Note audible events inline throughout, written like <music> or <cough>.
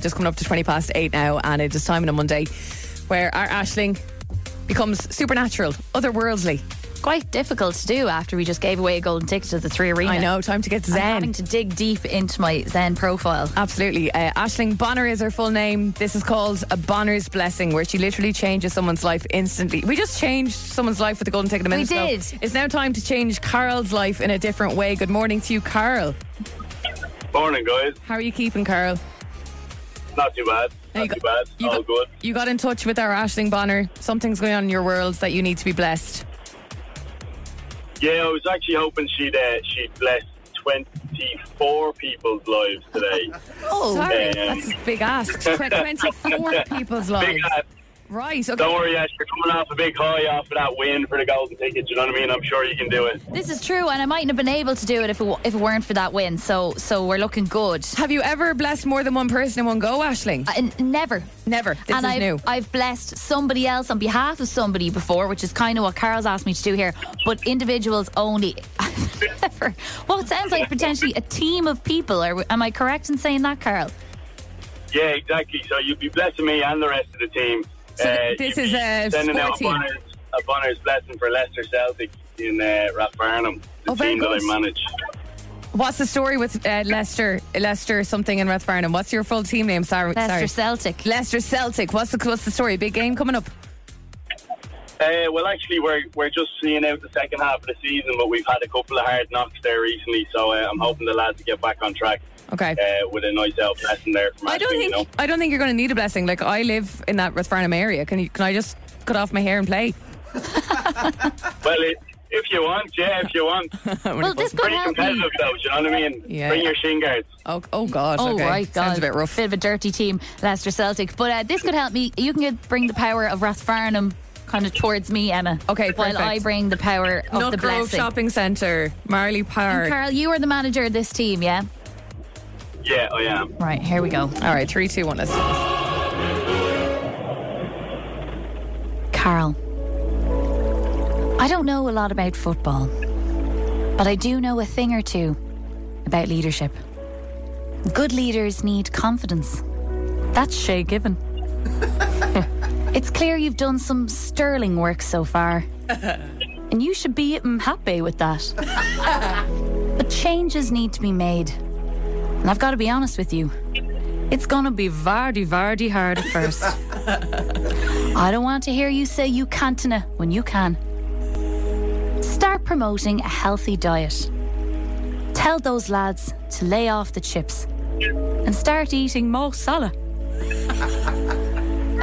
Just coming up to 20 past eight now, and it is time on a Monday where our Ashling becomes supernatural, otherworldly. Quite difficult to do after we just gave away a golden ticket to the three arena. I know, time to get I'm having zen. to dig deep into my Zen profile. Absolutely. Uh, Ashling Bonner is her full name. This is called a Bonner's Blessing, where she literally changes someone's life instantly. We just changed someone's life with the golden ticket a minute ago. did. It's now time to change Carl's life in a different way. Good morning to you, Carl. Morning, guys. How are you keeping, Carl? Not too bad. Now you Not too got- bad. you All got- good. You got in touch with our Ashling Bonner. Something's going on in your world that you need to be blessed. Yeah, I was actually hoping she'd uh, she'd bless twenty four people's lives <laughs> today. Oh, sorry, Um, that's a big ask. <laughs> Tw- 24 people's big lives. uh, Right, don't okay. worry, Ash. You're coming off a big high off of that win for the golden ticket. You know what I mean? I'm sure you can do it. This is true, and I mightn't have been able to do it if it, wa- if it weren't for that win. So so we're looking good. Have you ever blessed more than one person in one go, Ashling? I, n- never. Never. This and is I've, new. I've blessed somebody else on behalf of somebody before, which is kind of what Carol's asked me to do here. But individuals only. <laughs> Never. well, it sounds like potentially a team of people. Are, we- am I correct in saying that, Carl? Yeah, exactly. So you'd be blessing me and the rest of the team. Uh, So th- this you'd is be a sending out sport team. Bonner's, a Bonner's blessing for Leicester Celtic in uh, Rathfarnham, the Oh, very team that good. I manage. What's the story with uh, Leicester, Leicester something in Rathfarnham? What's your full team name? Sorry. sorry. Leicester Celtic. Leicester Celtic. What's the, what's the story? Big game coming up. Uh, well, actually, we're we're just seeing out the second half of the season, but we've had a couple of hard knocks there recently, so uh, I'm hoping the lads get back on track Okay. uh, with a nice out lesson there. From I don't Ashby, you think know. I don't think you're going to need a blessing. Like I live in that Rathfarnham area. Can you? Can I just cut off my hair and play? <laughs> Well, it, if you want, yeah, if you <laughs> want. Well, this could Pretty help me. competitive, though. do You know what I mean? Yeah. Bring your shin guards. Oh, oh God. Oh, okay. right, God. Sounds a bit rough. Bit of a dirty team, Leicester Celtic. But uh, this could help me. You can get, bring the power of Rathfarnham kind of towards me, Emma. Okay, While perfect. I bring the power of the Nutgrove blessing. Shopping Centre, Marley Park. Carl, you are the manager of this team, yeah? Yeah, I am. Right, here we go. All right, three, two, one. Let's do this. Carl, I don't know a lot about football, but I do know a thing or two about leadership. Good leaders need confidence. That's Shay Given. it's clear you've done some sterling work so far, and you should be mm, happy with that. but changes need to be made, and I've got to be honest with you. It's gonna be vardy vardy hard at first. I don't want to hear you say you can't na when you can. Start promoting a healthy diet. Tell those lads to lay off the chips and start eating more Salah.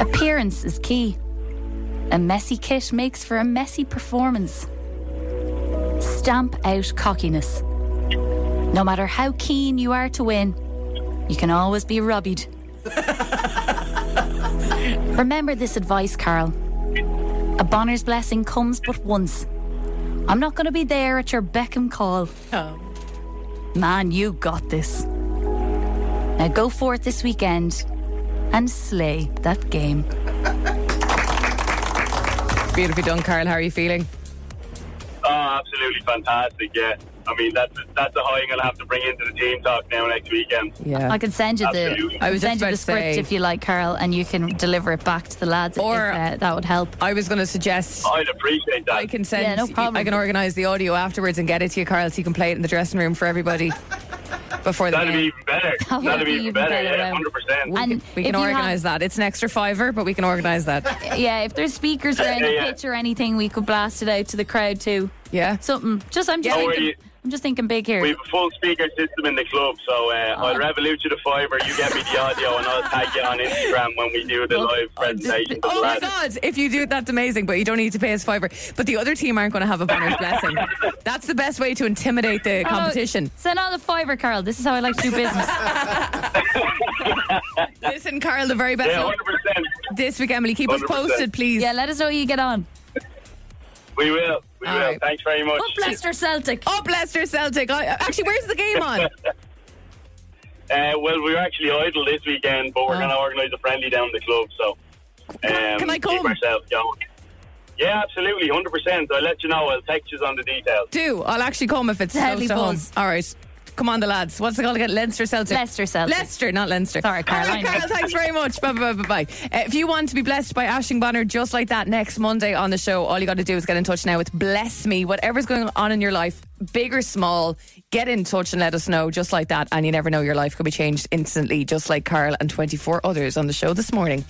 <laughs> Appearance is key. A messy kit makes for a messy performance. Stamp out cockiness. No matter how keen you are to win, you can always be robbed. Remember this advice, Carl. A Bonner's blessing comes but once. I'm not going to be there at your beck and call. Oh. Man, you got this. Now go forth this weekend and slay that game. Beautifully done, Carl. How are you feeling? Oh, absolutely fantastic. Yeah. I mean, that's that's a high I'm gonna have to bring into the team talk now next weekend. Yeah. I can send you the Absolutely. I was send just you about the to script say- if you like, Carl, and you can deliver it back to the lads. if, Or- uh, that would help. I was going to suggest I'd appreciate that. I can send. Yeah, no problem. I can organise the audio afterwards and get it to you, Carl, so you can play it in the dressing room for everybody before the That'd be game. even <laughs> better. would That'd be be even even better. better, Yeah, yeah. hundred percent. We And can, we if can you have- organise that. It's an extra fiver, but we can organise <laughs> that. Yeah, if there's speakers or any <laughs> yeah. pitch or anything, we could blast it out to the crowd too. Yeah. Something. Just I'm just Don't thinking. worry. I'm just thinking big here. We have a full speaker system in the club, so uh, Ah. I'll revolute you the fiver. You get me the audio, and I'll tag you on Instagram when we do the live presentation. for the Oh my lads. God! If you do, that's amazing. But you don't need to pay us fiver. But the other team aren't going to have a <laughs> bonner's blessing. That's the best way to intimidate the Hello. competition. Send all the fiver, Carl. This is how I like to do business. Listen, Carl, the very best Yeah, luck hundred percent. this week, Emily. Keep us 100%. posted, please. yeah, let us know how you get on. We will. We All will. right. Thanks very much. Up Leicester Celtic. Up Leicester Oh, Celtic. I- Actually, where's the game on? Uh, well, we were actually idle this weekend, but we're Oh. going to organise a friendly down the club. So, um, I- can I come? Keep ourselves going. Yeah, absolutely, hundred percent. I'll let you know. I'll text you on the details. Do I'll actually come if it's Deadly close to home. buzz. All right. Come on, the lads. What's it called again? Leinster Celtic. Leicester Celtic. Leicester, not Leinster. Sorry, All right, Caroline. Carol, thanks very much. Bye, bye, bye, bye. Uh, if you want to be blessed by Ashing Bonner just like that next Monday on the show, all you got to do is get in touch now with Bless Me. Whatever's going on in your life, big or small, get in touch and let us know just like that. And you never know, your life could be changed instantly, just like Carl and 24 others on the show this morning.